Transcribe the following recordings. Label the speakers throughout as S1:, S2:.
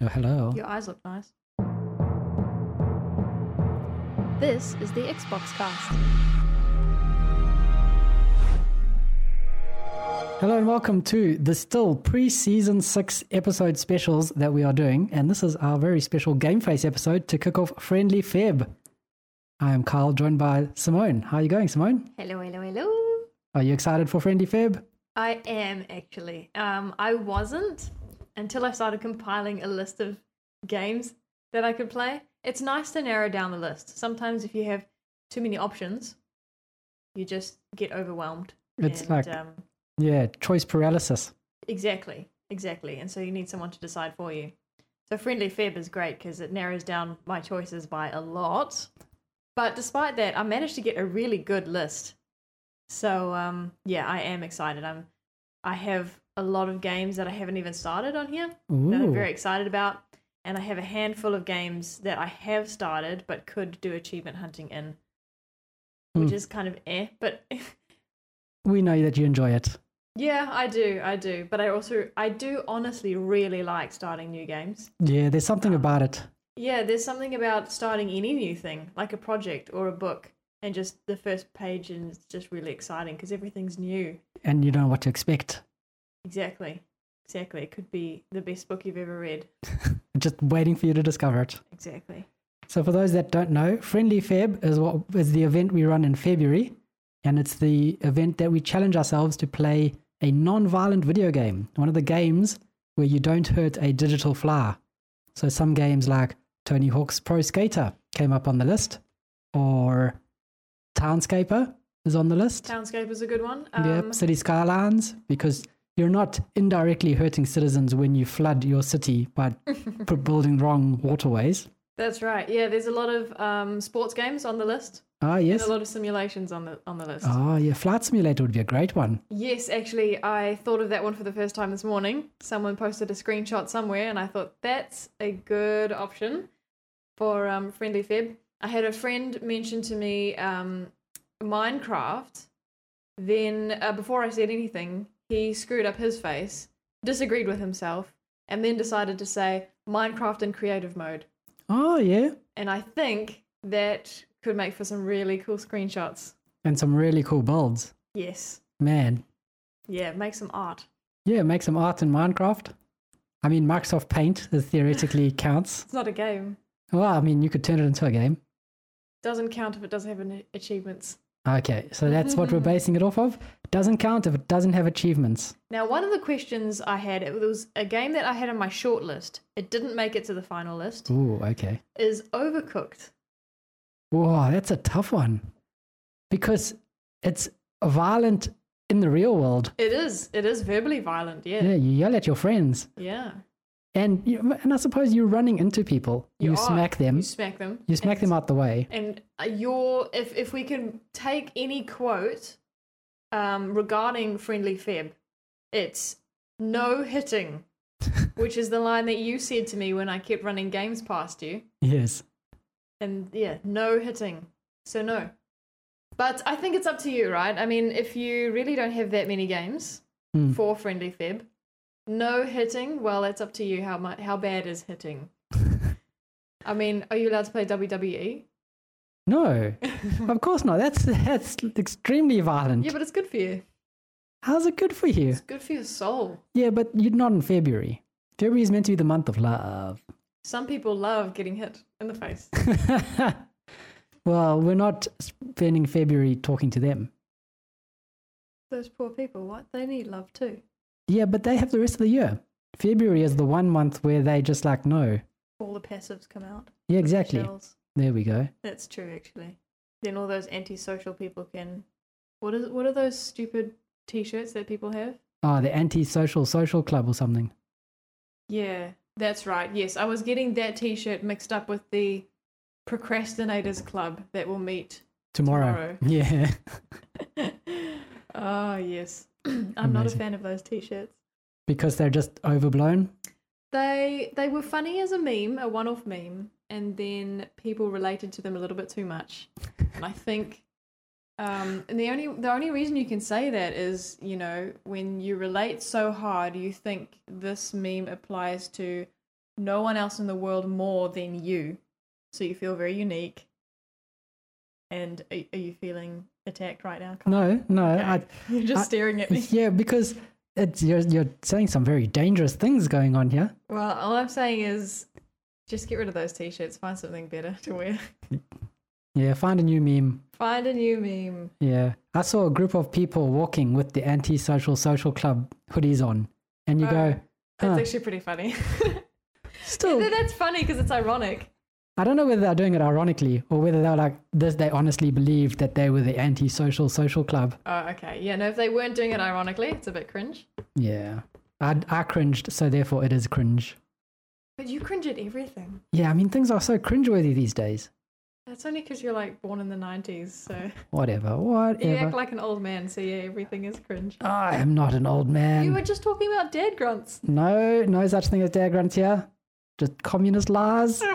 S1: Oh, hello.
S2: Your eyes look nice. This is the Xbox Cast.
S1: Hello and welcome to the still pre-season six episode specials that we are doing, and this is our very special Game Face episode to kick off Friendly Feb. I am Carl, joined by Simone. How are you going, Simone?
S2: Hello, hello, hello.
S1: Are you excited for Friendly Feb?
S2: I am actually. Um, I wasn't until I started compiling a list of games that I could play. It's nice to narrow down the list. Sometimes if you have too many options, you just get overwhelmed.
S1: It's
S2: and,
S1: like-
S2: um,
S1: Yeah, choice paralysis.
S2: Exactly, exactly. And so you need someone to decide for you. So Friendly Feb is great because it narrows down my choices by a lot. But despite that, I managed to get a really good list. So um, yeah, I am excited. I'm, I have a lot of games that I haven't even started on here that I'm
S1: Ooh.
S2: very excited about, and I have a handful of games that I have started but could do achievement hunting in, which
S1: Hmm.
S2: is kind of eh. But
S1: We know that you enjoy it.
S2: Yeah, I do, I do. But I also I do honestly really like starting new games.
S1: Yeah, there's
S2: Ah.
S1: something about it.
S2: Yeah, there's something about starting any new thing, like a project or a book, and just the first page and it's just really exciting because everything's new.
S1: And you don't know what to expect.
S2: Exactly. Exactly. It could be the best book you've ever read.
S1: Just waiting for you to discover it.
S2: Exactly.
S1: So for those that don't know, Friendly Feb is what is the event we run in February, and it's the event that we challenge ourselves to play a non-violent video game. One of the games where you don't hurt a digital flower. So some games like Tony Hawk's Pro Skater came up on the list, or Townscaper is on the list.
S2: Townscape is a good one. Um,
S1: yep, city skylines because you're not indirectly hurting citizens when you flood your city by p- building wrong waterways.
S2: That's right. Yeah, there's a lot of um, sports games on the list.
S1: Ah,
S2: and
S1: yes.
S2: A lot of simulations on the on the list.
S1: Oh, yeah, Flight Simulator would be a great one.
S2: Yes, actually, I thought of that one for the first time this morning. Someone posted a screenshot somewhere, and I thought that's a good option for um, Friendly Feb. I had a friend mention to me um, Minecraft. Then, uh, before I said anything, he screwed up his face, disagreed with himself, and then decided to say Minecraft in creative mode.
S1: Oh, yeah.
S2: And I think that could make for some really cool screenshots.
S1: And some really cool builds.
S2: Yes.
S1: Man.
S2: Yeah, make some art.
S1: Yeah, make some art in Minecraft. I mean, Microsoft Paint is theoretically counts.
S2: It's not a game.
S1: Well, I mean, you could turn it into a game.
S2: Doesn't count if it doesn't have an achievements.
S1: Okay, so that's what we're basing it off of. Doesn't count if it doesn't have achievements.
S2: Now, one of the questions I had, it was a game that I had on my short list. It didn't make it to the final list.
S1: Ooh, okay.
S2: Is Overcooked.
S1: Whoa, that's a tough one. Because it's violent in the real world.
S2: It is. It is verbally violent.
S1: Yeah,
S2: Yeah.
S1: you yell at your friends.
S2: Yeah.
S1: And you, and I suppose you're running into people. You,
S2: are.
S1: smack them.
S2: You
S1: You,
S2: smack them.
S1: smack them out the way.
S2: And uh, your if if we can take any quote um, regarding friendly Feb, it's no hitting, which is the line that you said to me when I kept running games past you.
S1: Yes.
S2: and yeah, no hitting. So no. But I think it's up to you, right? I mean, if you really don't have that many games
S1: Hmm.
S2: for friendly feb, no hitting. Well, it's up to you how much how bad is hitting. I mean, are you allowed to play E? WWE?
S1: No. of course not. That's that's extremely violent.
S2: Yeah, but it's good for you.
S1: How's it good for you?
S2: It's good for your soul.
S1: Yeah, but you're not in February. February is meant to be the month of love.
S2: Some people love getting hit in the face.
S1: well, we're not spending February talking to them.
S2: Those poor people, what? They need love too.
S1: Yeah, but they have the rest of the year. February is the one month where they just like no.
S2: All the passives come out.
S1: Yeah, exactly. There we go.
S2: That's true, actually. Then all those antisocial people can. What is? What are those stupid T-shirts that people have?
S1: Oh, the anti-social social club or something.
S2: Yeah, that's right. Yes, I was getting that T-shirt mixed up with the procrastinators club that will meet.
S1: Tomorrow. Yeah.
S2: oh yes, I'm not a
S1: Amazing.
S2: fan of those T-shirts.
S1: because they're just overblown.
S2: They they were funny as a meme, a one-off meme, and then people related to them a little bit too much. And I think, um, and the only the only reason you can say that is you know when you relate so hard, you think this meme applies to no one else in the world more than you. So you feel very unique. And are, are you feeling attacked right now? Colin?
S1: No, no.
S2: Okay.
S1: I,
S2: You're just
S1: I-
S2: staring at me.
S1: yeah, because it's, you're, you're saying some very dangerous things going on here.
S2: Well, all I'm saying is just get rid of those t shirts, find something better to wear.
S1: Yeah, find a new meme.
S2: Find a new meme.
S1: Yeah. I saw a group of people walking with the anti-social social club hoodies on. And you
S2: Oh,
S1: go,
S2: That's
S1: Huh.
S2: actually pretty funny.
S1: still,
S2: That's funny because it's ironic.
S1: I don't know whether they're doing it ironically or whether they're like, this, they honestly believed that they were the anti-social social club.
S2: Oh, okay. Yeah, no, if they weren't doing it ironically, it's a bit cringe.
S1: Yeah. I, I cringed, so therefore it is cringe.
S2: But you cringe at everything.
S1: Yeah, I mean, things are so cringeworthy these days.
S2: That's only because you're like born in the 90s, so
S1: Whatever,
S2: you act
S1: whatever.
S2: like an old man, so yeah, everything is cringe.
S1: I am not an old man.
S2: You were just talking about dad grunts.
S1: No, no such thing as dare grunts here. Just communist lies.
S2: All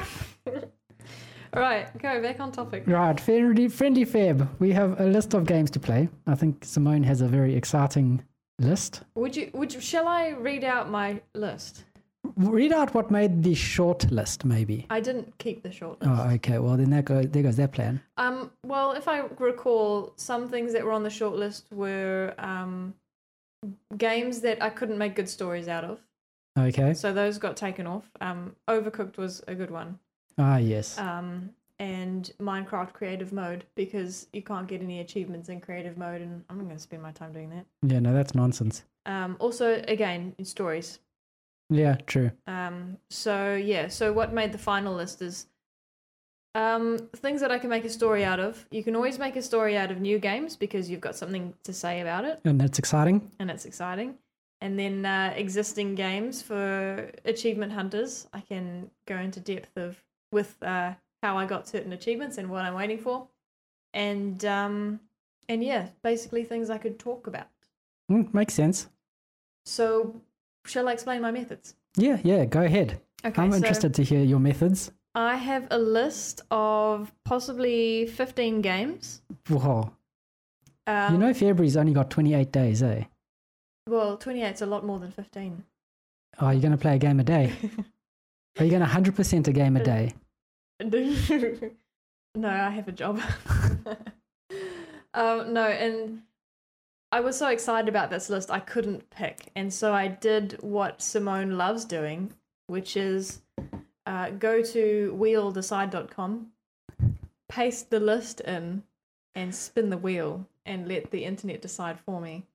S2: right, go back on topic.
S1: Right, friendly, friendly Feb. We have a list of games to play. I think Simone has a very exciting list.
S2: Would you? Would you, shall I read out my list?
S1: Read out what made the short list, maybe.
S2: I didn't keep the short list.
S1: Oh, okay. Well, then that go, there goes that plan.
S2: Um, well, if I recall, some things that were on the short list were um, games that I couldn't make good stories out of,
S1: Okay.
S2: so those got taken off. Um, Overcooked was a good one,
S1: Ah, yes.
S2: um, and Minecraft Creative Mode because you can't get any achievements in Creative Mode, and I'm not going to spend my time doing that.
S1: Yeah, no, that's nonsense.
S2: Um, also, again, in stories.
S1: Yeah, true.
S2: Um, so yeah, so what made the final list is um, things that I can make a story out of. You can always make a story out of new games because you've got something to say about it
S1: And that's exciting.
S2: and it's exciting. And then uh, existing games for achievement hunters, I can go into depth of with uh, how I got certain achievements and what I'm waiting for, and um, and yeah, basically things I could talk about.
S1: Mm, makes sense.
S2: So, shall I explain my methods?
S1: Yeah, yeah, go ahead.
S2: Okay,
S1: I'm
S2: so-
S1: interested to hear your methods.
S2: I have a list of possibly 15 games.
S1: Whoa.
S2: Um,
S1: you know, February's only got 28 days, eh?
S2: well, 28's a lot more than 15.
S1: Oh, you're going to play a game a day? Are you going to 100% a game a day?
S2: no, I have a job. um, no, and I was so excited about this list, I couldn't pick. And so I did what Simone loves doing, which is uh, go to wheeldecide.com, paste the list in, and spin the wheel and let the internet decide for me.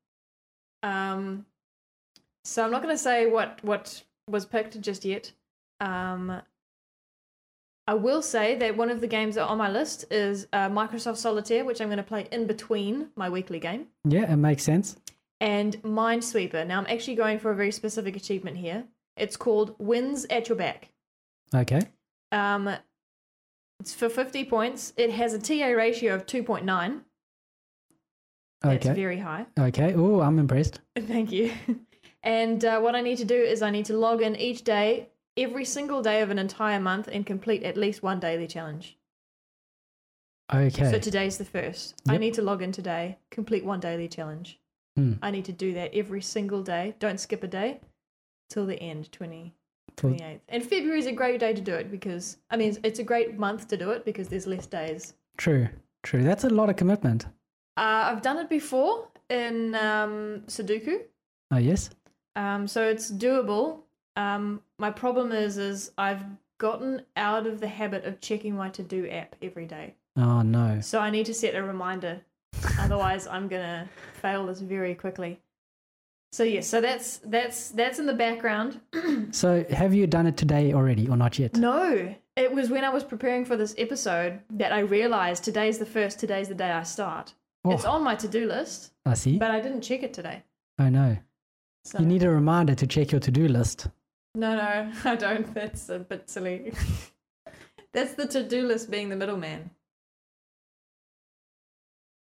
S2: Um, so I'm not going to say what, what was picked just yet. Um, I will say that one of the games that are on my list is uh, Microsoft Solitaire, which I'm going to play in between my weekly game,
S1: Yeah, it makes sense.
S2: and Minesweeper. Now, I'm actually going for a very specific achievement here. It's called Wins at Your Back.
S1: Okay.
S2: Um, it's for 50 points. It has a TA ratio of 2.9. That's
S1: Okay.
S2: very high.
S1: Okay. Oh, I'm impressed.
S2: Thank you. And uh, what I need to do is I need to log in each day, every single day of an entire month, and complete at least one daily challenge.
S1: Okay.
S2: So today's the first. I
S1: Yep.
S2: need to log in today, complete one daily challenge.
S1: Hmm.
S2: I need to do that every single day. Don't skip a day till the end, 20,
S1: Till-
S2: 28th. And February is a great day to do it because, I mean, it's a great month to do it because there's less days.
S1: True. True. That's a lot of commitment.
S2: Uh, I've done it before in um, Sudoku,
S1: Oh, yes.
S2: um, so it's doable. Um, my problem is, is I've gotten out of the habit of checking my to do app every day.
S1: Oh, no.
S2: So I need to set a reminder. Otherwise, I'm gonna fail this very quickly. So yeah, so that's that's that's in the background.
S1: So, have you done it today already or not yet?
S2: No, it was when I was preparing for this episode that I realized today's the first. Today's the day I start. It's
S1: Oh,
S2: on my to-do list,
S1: I see.
S2: but I didn't check it today.
S1: I know.
S2: So
S1: You need a reminder to check your to do list.
S2: no, no, I don't. That's a bit silly. that's the to-do list being the middleman.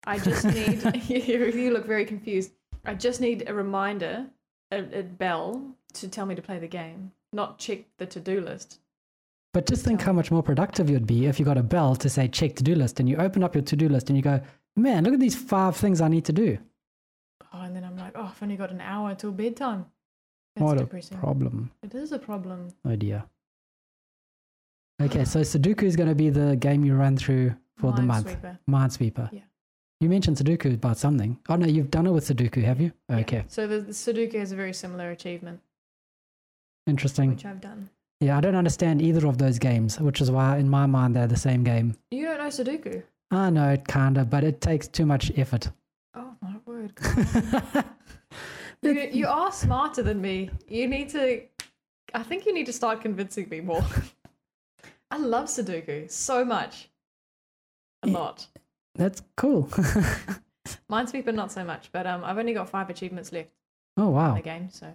S2: I just need. you, you look very confused. I just need a reminder, a, a bell, to tell me to play the game, not check the to do list.
S1: But just think how much more productive you'd be if you got a bell to say check to do list and you open up your to do list and you go, man, look at these five things I need to do.
S2: Oh, and then I'm like, oh, I've only got an hour till bedtime. That's
S1: what
S2: depressing.
S1: a problem.
S2: it is a problem.
S1: Oh dear. Okay, so Sudoku is going to be the game you run through for the month.
S2: Minesweeper.
S1: Minesweeper.
S2: Yeah.
S1: You mentioned Sudoku about something. Oh no, you've done it with Sudoku, have you?
S2: Yeah.
S1: Okay,
S2: So the, the Sudoku has a very similar achievement,
S1: interesting.
S2: which I've done.
S1: Yeah, I don't understand either of those games, which is why in my mind they're the same game.
S2: You don't know Sudoku.
S1: I know it kinda, but it takes too much effort.
S2: Oh my word. You, you are smarter than me. You need to. I think you need to start convincing me more. I love Sudoku so much. A
S1: Yeah.
S2: lot.
S1: That's cool.
S2: Minesweeper, not so much, but um, I've only got five achievements left
S1: oh
S2: in
S1: wow,
S2: the game, so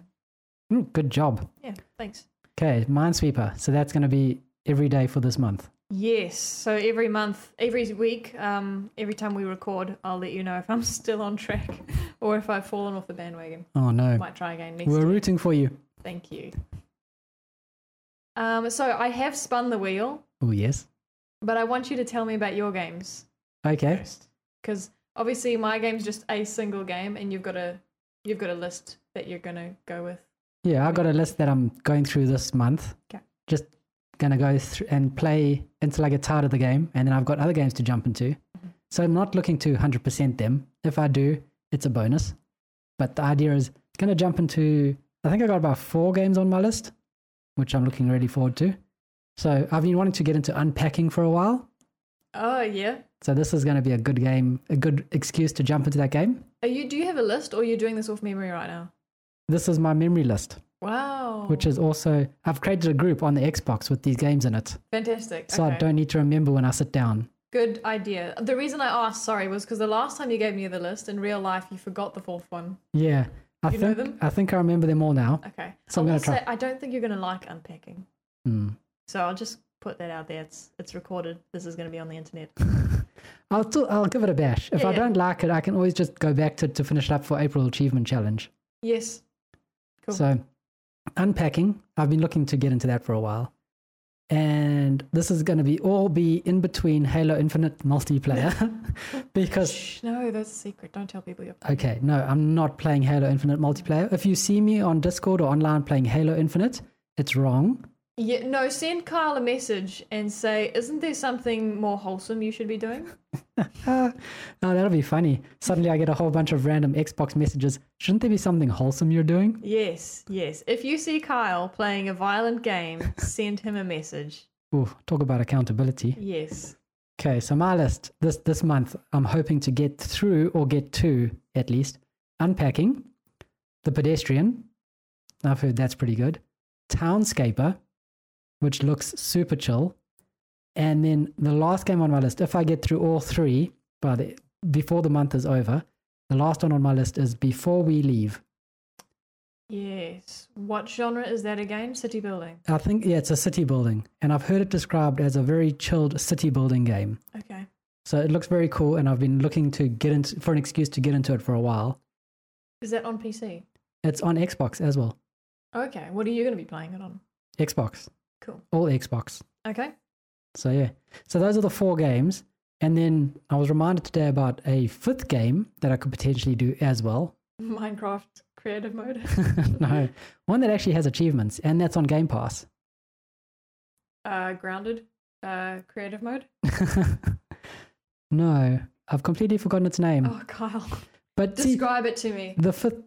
S1: Mm, good job.
S2: yeah, thanks.
S1: Okay, Minesweeper. So that's going to be every day for this month.
S2: Yes, so every month, every week, um, every time we record, I'll let you know if I'm still on track or if I've fallen off the bandwagon.
S1: Oh no,
S2: Might try again next
S1: we're
S2: week.
S1: rooting for you.
S2: Thank you. Um, so I have spun the wheel,
S1: Oh yes.
S2: but I want you to tell me about your games.
S1: Okay.
S2: because obviously my game's just a single game and you've got a you've got a list that you're gonna go with
S1: Yeah, I got a list that I'm going through this month.
S2: 'Kay.
S1: Just gonna go through and play until I get tired of the game, and then I've got other games to jump into. So I'm not looking to 100% them. If I do, it's a bonus. But the idea is gonna jump into. I think I got about four games on my list, which I'm looking really forward to. So I've been wanting to get into unpacking for a while.
S2: oh yeah
S1: So this is gonna be a good game, a good excuse to jump into that game.
S2: are you do you have a list or are you doing this off memory right now
S1: This is my memory list,
S2: wow
S1: which is also I've created a group on the Xbox with these games in it.
S2: fantastic
S1: so I
S2: Okay.
S1: don't need to remember when I sit down.
S2: good idea the reason i asked sorry was because the last time you gave me the list in real life you forgot the fourth one
S1: Yeah, I
S2: You know
S1: think
S2: them?
S1: I think I remember them all now.
S2: okay
S1: So
S2: I
S1: I'm
S2: will
S1: gonna try.
S2: say, i don't think you're gonna like unpacking
S1: Hmm.
S2: so i'll just put that out there it's it's recorded this is gonna be on the internet
S1: I'll still, I'll give it a bash. If
S2: Yeah,
S1: I
S2: yeah.
S1: don't like it, I can always just go back to to finish it up for April Achievement Challenge.
S2: yes Cool.
S1: So unpacking, I've been looking to get into that for a while, and this is going to be all be in between Halo Infinite multiplayer because
S2: Shh, no that's a secret don't tell people you're
S1: Okay, no, I'm not playing Halo Infinite multiplayer. If you see me on Discord or online playing Halo Infinite, it's wrong.
S2: Yeah, no, send Kyle a message and say, isn't there something more wholesome you should be doing?
S1: Ah, oh, that'll be funny. Suddenly I get a whole bunch of random Xbox messages. Shouldn't there be something wholesome you're doing?
S2: Yes, yes. If you see Kyle playing a violent game, send him a message.
S1: Ooh, talk about accountability.
S2: Yes.
S1: Okay, so my list this this month, I'm hoping to get through or get to at least unpacking, the pedestrian. I've heard that's pretty good. Townscaper, which looks super chill, and then the last game on my list. If I get through all three by the before the month is over, the last one on my list is Before We Leave.
S2: Yes. What genre is that again? City building.
S1: I think yeah, it's a city building, and I've heard it described as a very chilled city building game.
S2: Okay.
S1: So it looks very cool, and I've been looking to get into for an excuse to get into it for a while.
S2: Is that on PC?
S1: It's on Xbox as well.
S2: Okay. What are you going to be playing it on?
S1: Xbox,
S2: Cool.
S1: all Xbox.
S2: Okay.
S1: So yeah, so those are the four games, and then I was reminded today about a fifth game that I could potentially do as well.
S2: Minecraft creative mode.
S1: no, one that actually has achievements, and that's on Game Pass.
S2: Uh, grounded. Uh, creative mode.
S1: no, I've completely forgotten its name.
S2: Oh, Kyle.
S1: but see,
S2: Describe it to me.
S1: the fifth.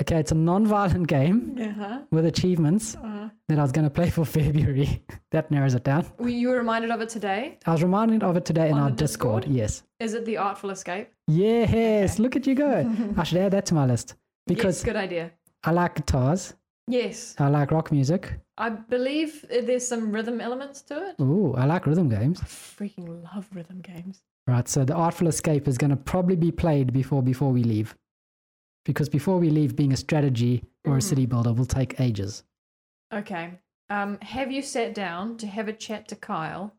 S1: Okay, it's a non-violent game
S2: Uh-huh.
S1: with achievements
S2: Uh,
S1: that I was going to play for February. that narrows it down.
S2: were you reminded of it today?
S1: I was reminded of it today in
S2: On
S1: our
S2: the Discord?
S1: Discord. Yes.
S2: Is it the Artful Escape?
S1: Yes, look at you go. I should add that to my list because
S2: yes, good idea.
S1: I like guitars.
S2: Yes,
S1: I like rock music.
S2: I believe there's some rhythm elements to it.
S1: Ooh, I like rhythm games.
S2: I freaking love rhythm games.
S1: Right, so the Artful Escape is going to probably be played before before we leave. Because before we leave, being a strategy or a
S2: Mm-hmm.
S1: city builder will take ages.
S2: Okay. Um, have you sat down to have a chat to Kyle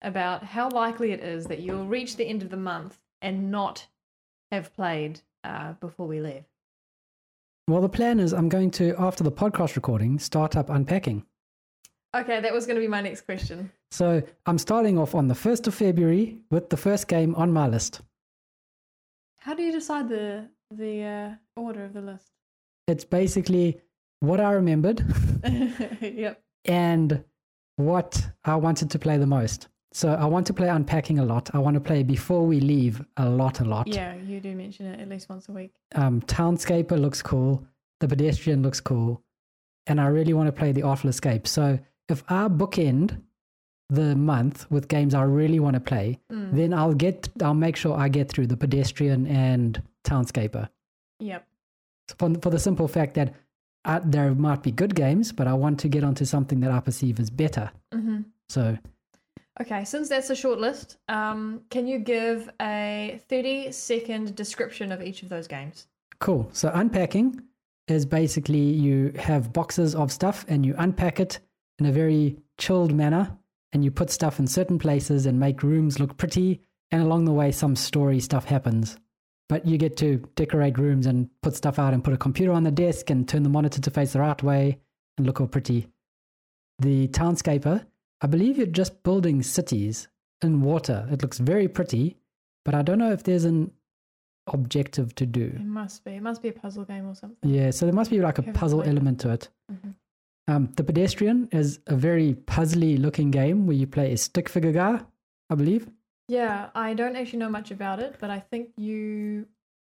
S2: about how likely it is that you'll reach the end of the month and not have played uh, before we leave?
S1: Well, the plan is I'm going to, after the podcast recording, start up unpacking.
S2: Okay, that was going to be my next question.
S1: So I'm starting off on the 1st of February with the first game on my list.
S2: How do you decide the the uh, order of the list?
S1: It's basically what I remembered
S2: yep.
S1: and what I wanted to play the most. So I want to play unpacking a lot. I want to play before we leave a lot, a lot.
S2: Yeah, you do mention it at least once a week.
S1: Um, Townscaper looks cool. The pedestrian looks cool, and I really want to play the Artful Escape. So if I bookend the month with games I really want to play,
S2: Mm.
S1: then I'll get. I'll make sure I get through the pedestrian and Townscaper
S2: Yep.
S1: for, for the simple fact that I, there might be good games, but I want to get onto something that I perceive as better.
S2: hmm
S1: So
S2: Okay, since that's a short list, um, can you give a 30 second description of each of those games?
S1: Cool. So unpacking is basically you have boxes of stuff and you unpack it in a very chilled manner and you put stuff in certain places and make rooms look pretty and along the way some story stuff happens. But you get to decorate rooms and put stuff out and put a computer on the desk and turn the monitor to face the right way and look all pretty. The townscaper, I believe you're just building cities in water. It looks very pretty, but I don't know if there's an objective to do.
S2: It must be. It must be a puzzle game or something.
S1: Yeah, so there must be like a
S2: Have a
S1: puzzle
S2: plan.
S1: element to it.
S2: Mhm.
S1: Um, the Pedestrian is a very puzzly looking game where you play a stick figure guy, I believe.
S2: Yeah, I don't actually know much about it, but I think you.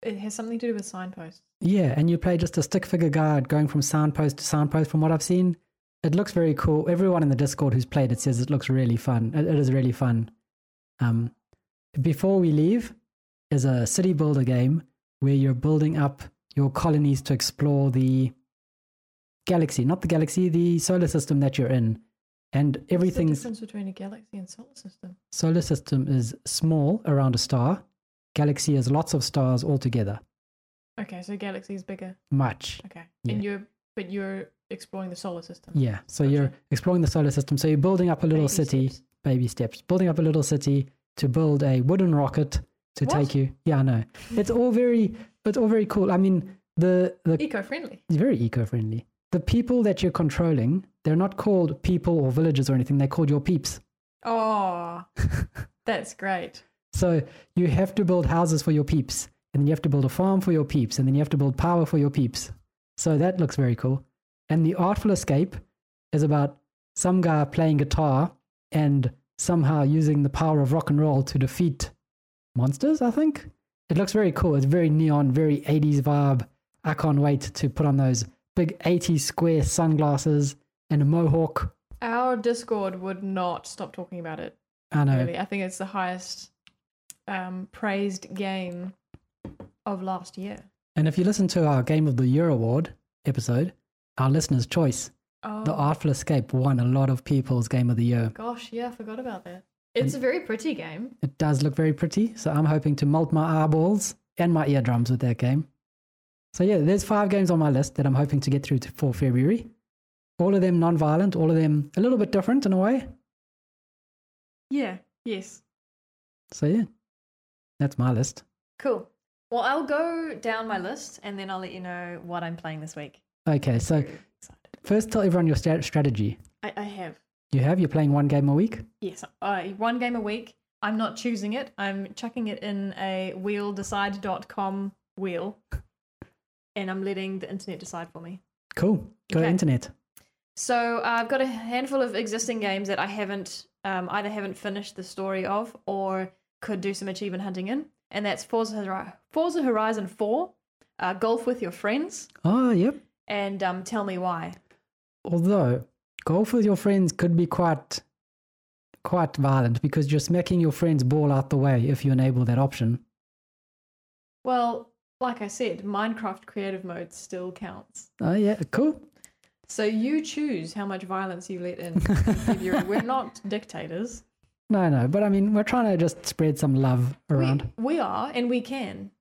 S2: It has something to do with signposts.
S1: Yeah, and you play just a stick figure guy going from soundpost to soundpost from what I've seen. It looks very cool. Everyone in the Discord who's played it says it looks really fun. It- it is really fun. Um, Before We Leave is a city builder game where you're building up your colonies to explore the galaxy, not the galaxy, the solar system that you're in. And
S2: What's
S1: everything's
S2: the difference between a galaxy and solar system.
S1: solar system is small around a star, galaxy is lots of stars altogether.
S2: Okay, so galaxy is bigger.
S1: Much.
S2: Okay,
S1: Yeah.
S2: and you're but you're exploring the solar system.
S1: Yeah. So
S2: Gotcha.
S1: you're exploring the solar system. So you're building up a little
S2: Baby
S1: city,
S2: steps.
S1: baby steps, building up a little city to build a wooden rocket to
S2: What?
S1: take you. Yeah, I know. It's all very, it's all very cool. I mean, the the
S2: Eco-friendly.
S1: it's very eco-friendly. The people that you're controlling, they're not called people or villagers or anything. They're called your peeps.
S2: Oh, that's great.
S1: So you have to build houses for your peeps, and then you have to build a farm for your peeps, and then you have to build power for your peeps. So that looks very cool. And the Artful Escape is about some guy playing guitar and somehow using the power of rock and roll to defeat monsters, I think. It looks very cool. It's very neon, very 80s vibe. I can't wait to put on those big 80s square sunglasses and a mohawk.
S2: Our Discord would not stop talking about it.
S1: I know.
S2: Really, I think it's the highest um, praised game of last year.
S1: And if you listen to our Game of the Year award episode, our listener's choice,
S2: Oh
S1: The Artful Escape won a lot of people's Game of the Year.
S2: gosh, yeah, I forgot about that. It's a very pretty game.
S1: It does look very pretty, so I'm hoping to melt my eyeballs and my eardrums with that game. So yeah, there's five games on my list that I'm hoping to get through to, for February. All of them non-violent, all of them a little bit different in a way.
S2: Yeah. Yes.
S1: So yeah, that's my list.
S2: Cool. Well, I'll go down my list and then I'll let you know what I'm playing this week.
S1: Okay, so
S2: Excited.
S1: first tell everyone your stra- strategy.
S2: I, I have.
S1: You have you're playing one game a week.
S2: Yes, uh, one game a week. I'm not choosing it. I'm chucking it in a wheeldecide.com wheel, and I'm letting the internet decide for me.
S1: Cool. Go
S2: Okay.
S1: internet.
S2: So uh, I've got a handful of existing games that I haven't um, either haven't finished the story of or could do some achievement hunting in, and that's Forza, Hori- Forza Horizon 4, uh, Golf with Your Friends,
S1: Oh, yep.
S2: and um, Tell Me Why.
S1: although golf with your friends could be quite quite violent because you're smacking your friend's ball out the way if you enable that option
S2: Well, like I said, Minecraft creative mode still counts.
S1: oh yeah cool
S2: So you choose how much violence you let in. in February. We're not dictators.
S1: no no but i mean we're trying to just spread some love
S2: We,
S1: around
S2: we are, and we can.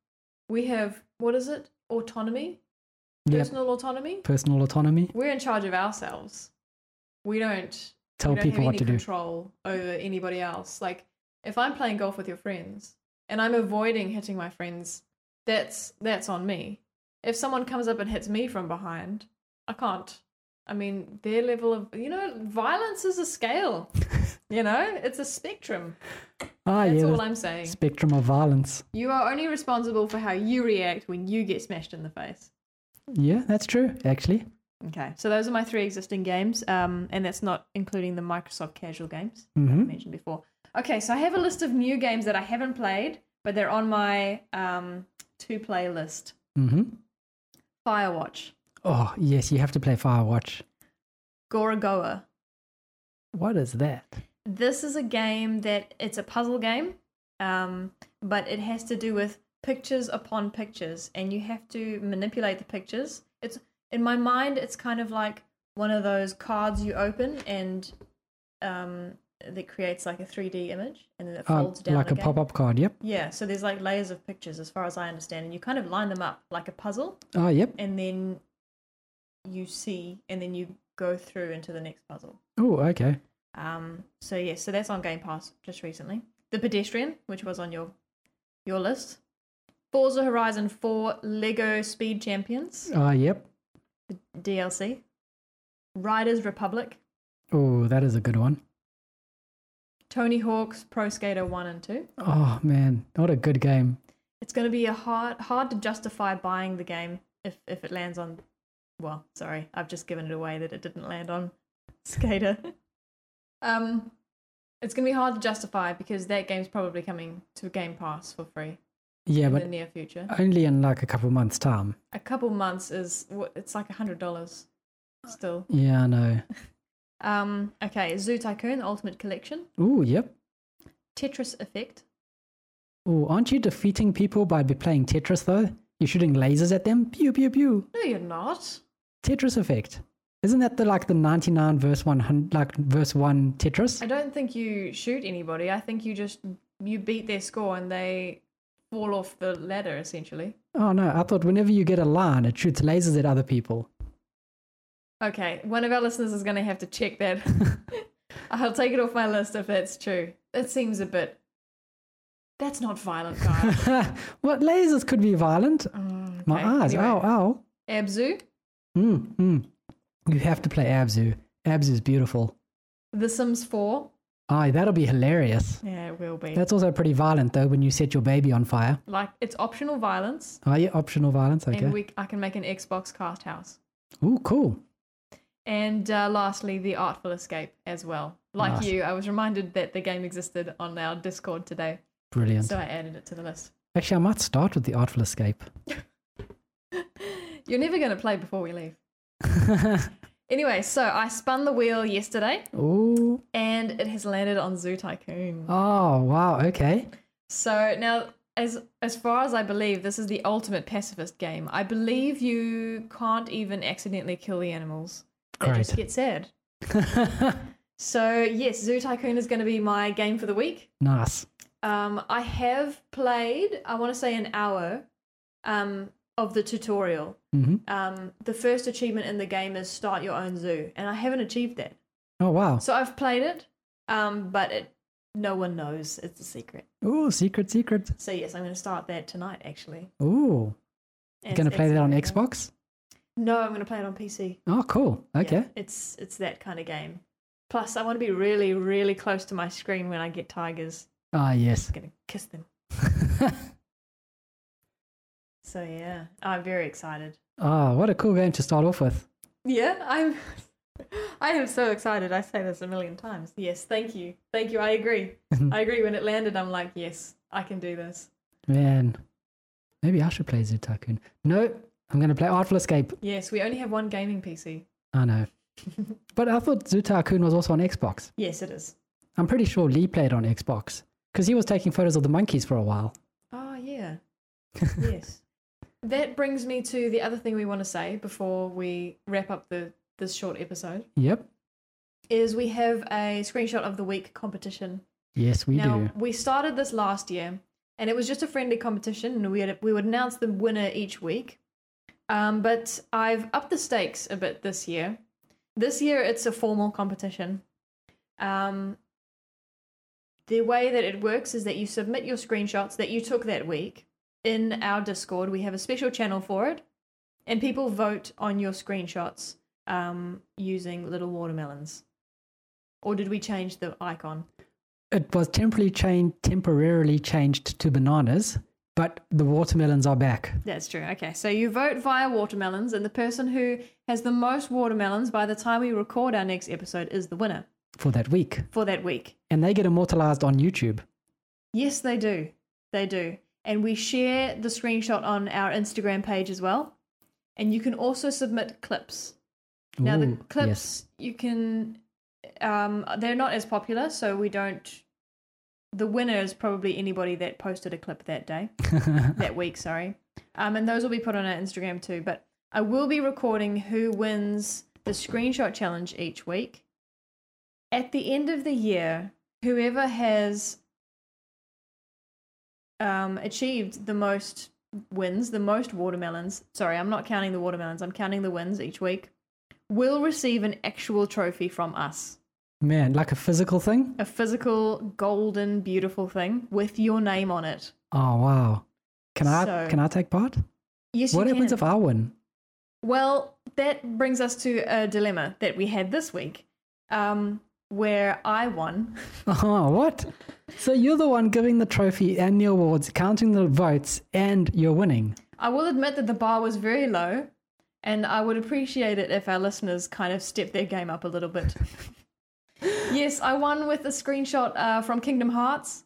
S2: We have what is it? Autonomy,
S1: Yep.
S2: personal autonomy.
S1: personal autonomy
S2: We're in charge of ourselves. We don't
S1: tell
S2: we don't
S1: people
S2: have
S1: what
S2: any
S1: to do
S2: control over anybody else. Like if I'm playing golf with your friends and I'm avoiding hitting my friends, that's that's on me. If someone comes up and hits me from behind, I can't. I mean, their level of you know, violence is a scale. you know, it's a spectrum.
S1: ah
S2: That's
S1: yeah
S2: all
S1: the
S2: I'm saying.
S1: spectrum of violence
S2: You are only responsible for how you react when you get smashed in the face.
S1: yeah that's true actually
S3: Okay.
S2: So those are my three existing games, um, and that's not including the Microsoft casual games I
S1: Mm-hmm.
S2: mentioned before. Okay, so I have a list of new games that I haven't played, but they're on my um, to-play list.
S1: Mm-hmm.
S2: Firewatch,
S1: Oh yes, you have to play Firewatch.
S2: Goragoa.
S1: What is that?
S2: This is a game that it's a puzzle game, um, but it has to do with pictures upon pictures, and you have to manipulate the pictures. It's in my mind, it's kind of like one of those cards you open and um, that creates like a 3D image, and then it
S1: Oh,
S2: folds down
S1: like a
S2: again.
S1: pop-up card. Yep.
S2: Yeah, so there's like layers of pictures, as far as I understand, and you kind of line them up like a puzzle,
S1: Oh, yep.
S2: and then you see, and then you go through into the next puzzle.
S1: Oh, okay.
S2: Um, so yeah, so that's on Game Pass just recently. The Pedestrian, which was on your your list. Forza Horizon 4 Lego Speed Champions
S1: Oh, yep.
S2: DLC. Riders Republic,
S1: Oh, that is a good one.
S2: Tony Hawk's Pro Skater 1 and 2.
S1: Oh man, what a good game.
S2: It's going to be a hard hard to justify buying the game if if it lands on well, sorry, I've just given it away that it didn't land on Skater. um it's going to be hard to justify because that game's probably coming to Game Pass for free.
S1: Yeah,
S2: in
S1: but
S2: the near future.
S1: only in like a couple months' time.
S2: A couple months is what it's like a hundred dollars still.
S1: Yeah, I know.
S2: Um, okay, Zoo Tycoon Ultimate Collection,
S1: Oh, yep.
S2: Tetris Effect.
S1: Oh, aren't you defeating people by be playing Tetris though? You're shooting lasers at them. Pew pew pew.
S2: No, you're not.
S1: Tetris effect. Isn't that the like the 99 verse 100 like verse 1 Tetris?
S2: I don't think you shoot anybody. I think you just you beat their score and they fall off the ladder essentially.
S1: Oh no, I thought whenever you get a line it shoots lasers at other people.
S2: Okay, one of our listeners is going to have to check that. I'll take it off my list if that's true. It seems a bit. That's not violent, guys.
S1: what lasers could be violent?
S2: Mm,
S1: My
S2: okay,
S1: eyes.
S2: anyway.
S1: Ow, ow.
S2: Abzu,
S1: Mm, mm. You have to play Abzu. Abzu's beautiful.
S2: The Sims 4.
S1: Aye, that'll be hilarious.
S2: Yeah, it will be.
S1: That's also pretty violent though when you set your baby on fire.
S2: like it's optional violence
S1: Are you optional violence? Okay.
S2: and we i can make an xbox cast house
S1: Ooh, cool.
S2: and uh, lastly the artful escape as well like
S1: Nice.
S2: you i was reminded that the game existed on our discord today
S1: Brilliant.
S2: so i added it to the list
S1: Actually, I might start with the Artful Escape.
S2: you're never going to play before we leave anyway so i spun the wheel yesterday
S1: Ooh.
S2: and it has landed on zoo tycoon
S1: Oh, wow. Okay.
S2: So now, as as far as I believe, this is the ultimate pacifist game. I believe you can't even accidentally kill the animals; they just
S1: Great.
S2: get sad. so yes, Zoo Tycoon is going to be my game for the week.
S1: Nice.
S2: Um, I have played, I want to say, an hour um, of the tutorial.
S1: hmm
S2: Um, the first achievement in the game is start your own zoo, and I haven't achieved that.
S1: Oh, wow.
S2: So I've played it, um, but it, no one knows. It's a secret.
S1: Ooh, secret, secret.
S2: So yes, I'm going to start that tonight, actually.
S1: Ooh.
S2: And
S1: You
S2: it's
S1: going to play that on
S2: excellent.
S1: Xbox?
S2: No, I'm going to play it on PC.
S1: Oh, cool.
S2: Yeah,
S1: Okay.
S2: it's it's that kind of game. Plus, I want to be really, really close to my screen when I get tigers.
S1: Ah, yes.
S2: I'm going to kiss them. So yeah, Oh, I'm very excited.
S1: Ah, what a cool game to start off with.
S2: Yeah, I'm. I am so excited. I say this a million times. Yes, thank you, thank you. I agree. I agree. When it landed, I'm like, yes, I can do this.
S1: Man. Maybe I should play Zoo Tycoon. No, I'm going to play Artful Escape.
S2: Yes, we only have one gaming PC.
S1: I know. but I thought Zoo Tycoon was also on Xbox.
S2: Yes, it is.
S1: I'm pretty sure Lee played on Xbox because he was taking photos of the monkeys for a while.
S2: Oh, yeah. yes. That brings me to the other thing we want to say before we wrap up the this short episode
S1: Yep.
S2: is we have a screenshot of the week competition.
S1: Yes, we
S2: now,
S1: do.
S2: we started this last year and it was just a friendly competition and we had, we would announce the winner each week. Um, but I've upped the stakes a bit this year. This year it's a formal competition. Um, the way that it works is that you submit your screenshots that you took that week in our Discord. We have a special channel for it, and people vote on your screenshots um, using little watermelons. Or did we change the icon?
S1: It was temporarily changed, temporarily changed to bananas But the watermelons are back.
S2: That's true. Okay, so you vote via watermelons, and the person who has the most watermelons by the time we record our next episode is the winner
S1: for that week.
S2: for that week.
S1: And they get immortalized on YouTube.
S2: Yes, they do. They do. And we share the screenshot on our Instagram page as well. And you can also submit clips. Now, the
S1: Ooh,
S2: clips
S1: yes.
S2: you can, um, they're not as popular, so we don't. The winner is probably anybody that posted a clip that day, that week, sorry. Um, and those will be put on our Instagram too. But I will be recording who wins the screenshot challenge each week. At the end of the year, whoever has um, achieved the most wins, the most watermelons, sorry, I'm not counting the watermelons, I'm counting the wins each week, will receive an actual trophy from us.
S1: Man, like a physical thing?
S2: A physical, golden, beautiful thing with your name on it.
S1: Oh, wow. Can I,
S2: So-
S1: can I take part?
S2: Yes,
S1: what
S2: you
S1: happens
S2: can.
S1: if I win?
S2: Well, that brings us to a dilemma that we had this week, um, where I won.
S1: Oh, what? So you're the one giving the trophy and the awards, counting the votes, and you're winning.
S2: I will admit that the bar was very low, and I would appreciate it if our listeners kind of stepped their game up a little bit. yes, I won with a screenshot uh, from Kingdom Hearts.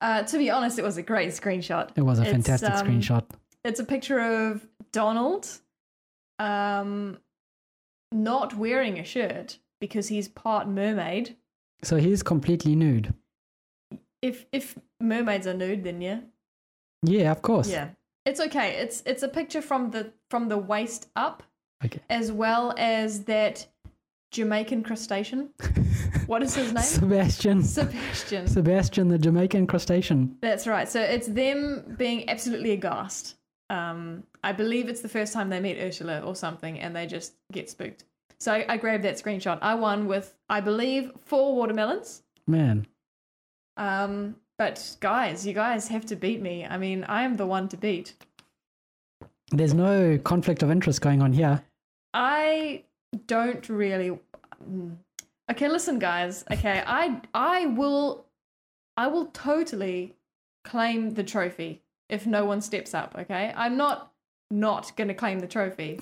S2: Uh, to be honest, it was a great screenshot.
S1: It was a
S2: It's,
S1: fantastic
S2: um,
S1: screenshot.
S2: It's a picture of Donald um, not wearing a shirt because he's part mermaid.
S1: So he's completely nude.
S2: If if mermaids are nude, then yeah,
S1: Yeah, of course.
S2: yeah, it's okay. It's it's a picture from the from the waist up,
S1: Okay.
S2: as well as that Jamaican crustacean. what is his name?
S1: Sebastian.
S2: Sebastian.
S1: Sebastian, the Jamaican crustacean.
S2: That's right. So it's them being absolutely aghast. Um, I believe it's the first time they meet Ursula or something, and they just get spooked. So I, I grabbed that screenshot. I won with, I believe, four watermelons.
S1: Man,
S2: Um, but guys, you guys have to beat me. I mean, I am the one to beat.
S1: there's no conflict of interest going on here.
S2: I don't really. Mm. Okay, listen, guys. Okay, I I will, I will totally claim the trophy if no one steps up. Okay, I'm not not gonna claim the trophy.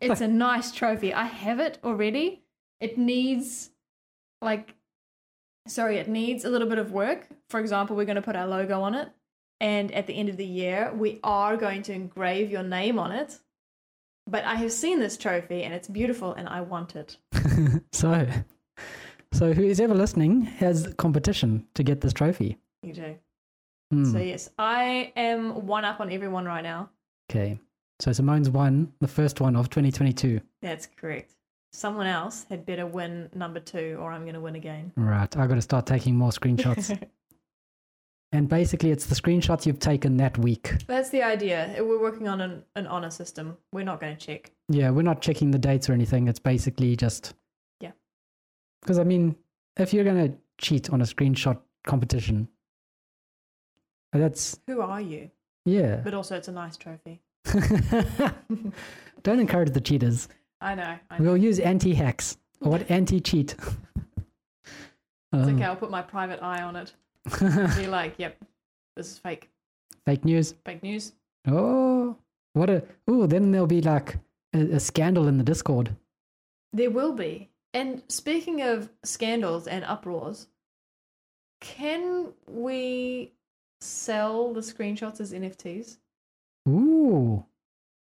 S2: it's a nice trophy. I have it already. It needs like, sorry, it needs a little bit of work. For example, we're gonna put our logo on it, and at the end of the year, we are going to engrave your name on it. But I have seen this trophy and it's beautiful and I want it.
S1: So, so who is ever listening has competition to get this trophy.
S2: You do.
S1: Hmm,
S2: E So, yes, I am one up on everyone right now.
S1: Okay. So Simone's won the first one of 2022.
S2: That's correct. Someone else had better win number two or I'm going to win again.
S1: Right. I got to start taking more screenshots. and basically, it's the screenshots you've taken that week.
S2: That's the idea. We're working on an, an honor system. We're not going to check.
S1: Yeah, we're not checking the dates or anything. It's basically just.
S2: Yeah.
S1: Because, I mean, if you're going to cheat on a screenshot competition, that's.
S2: Who are you?
S1: Yeah.
S2: But also, it's a nice trophy.
S1: Don't encourage the cheaters.
S2: I know. I know.
S1: We'll use anti hacks. Or what anti cheat?
S2: It's okay. I'll put my private eye on it. Be like, yep, this is fake.
S1: Um, Fake news.
S2: Fake news.
S1: Oh, what a. Ooh, then there'll be like a, a scandal in the Discord.
S2: There will be. And speaking of scandals and uproars, can we sell the screenshots as NFTs?
S1: Ooh,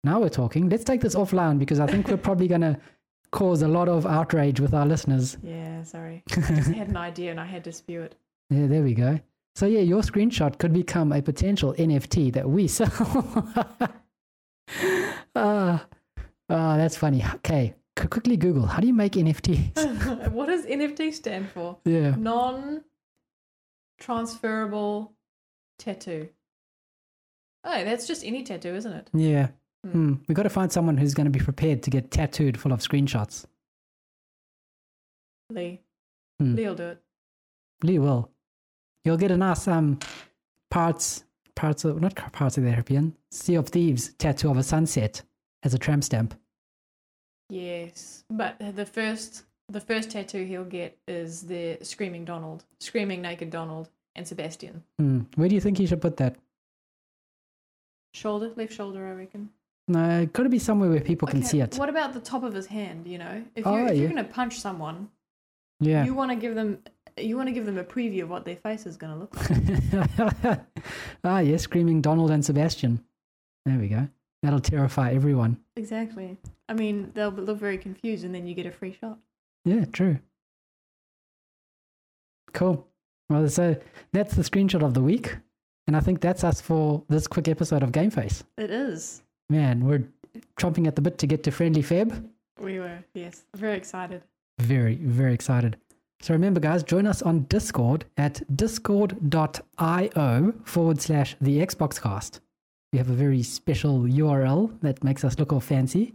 S1: now we're talking. Let's take this offline because I think we're probably going to cause a lot of outrage with our listeners.
S2: Yeah, sorry. I just had an idea and I had to spew it.
S1: Yeah, there we go. So, yeah, your screenshot could become a potential NFT that we sell. Ah, ah, that's funny. Okay, qu- quickly Google how do you make NFTs?
S2: what does NFT stand for?
S1: yeah.
S2: Non transferable tattoo. Oh, that's just any tattoo, isn't it?
S1: Yeah. Hmm. we got to find someone who's going to be prepared to get tattooed full of screenshots.
S2: Lee.
S1: Hmm.
S2: Lee'll do it.
S1: Lee will. You'll get a nice um, parts, parts of, not parts of the Caribbean, Sea of Thieves tattoo of a sunset as a tramp stamp.
S2: Yes. But the first the first tattoo he'll get is the screaming Donald, screaming naked Donald and Sebastian.
S1: Hmm. Where do you think you should put that?
S2: Shoulder, left shoulder, I reckon.
S1: No, it could be somewhere where people can
S2: Okay,
S1: see it.
S2: What about the top of his hand? You know, if you
S1: Oh,
S2: if
S1: yeah.
S2: you're gonna punch someone,
S1: yeah.
S2: you want to give them you want to give them a preview of what their face is gonna look like.
S1: ah, yes, screaming Donald and Sebastian. There we go. That'll terrify everyone.
S2: exactly. I mean, they'll be- look very confused, and then you get a free shot.
S1: Yeah, true. Cool. Well, so that's the screenshot of the week. And I think that's us for this quick episode of Game Face.
S2: It is.
S1: Man, we're chomping at the bit to get to Friendly Feb.
S2: We were yes, very excited.
S1: Very, very excited. So remember, guys, join us on Discord at discord.io forward slash the Xbox cast. We have a very special URL that makes us look all fancy.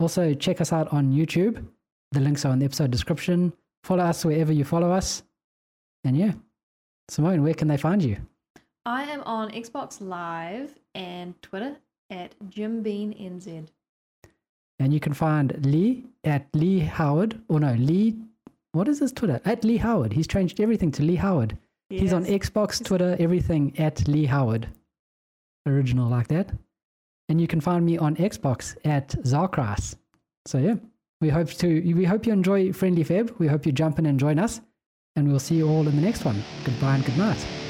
S1: Also, check us out on YouTube. The links are in the episode description. Follow us wherever you follow us. And yeah, Simone, where can they find you?
S2: I am on Xbox Live and Twitter at JimBeanNZ.
S1: And you can find Lee at Lee Howard, or no, Lee, what is his Twitter? At Lee Howard. He's changed everything to Lee Howard. He's on
S2: Yes.
S1: Xbox, Twitter, everything at Lee Howard. Original like that. And you can find me on Xbox at Zarkras. So yeah, we hope to we hope you enjoy Friendly Feb. We hope you jump in and join us. And we'll see you all in the next one. Goodbye and good night.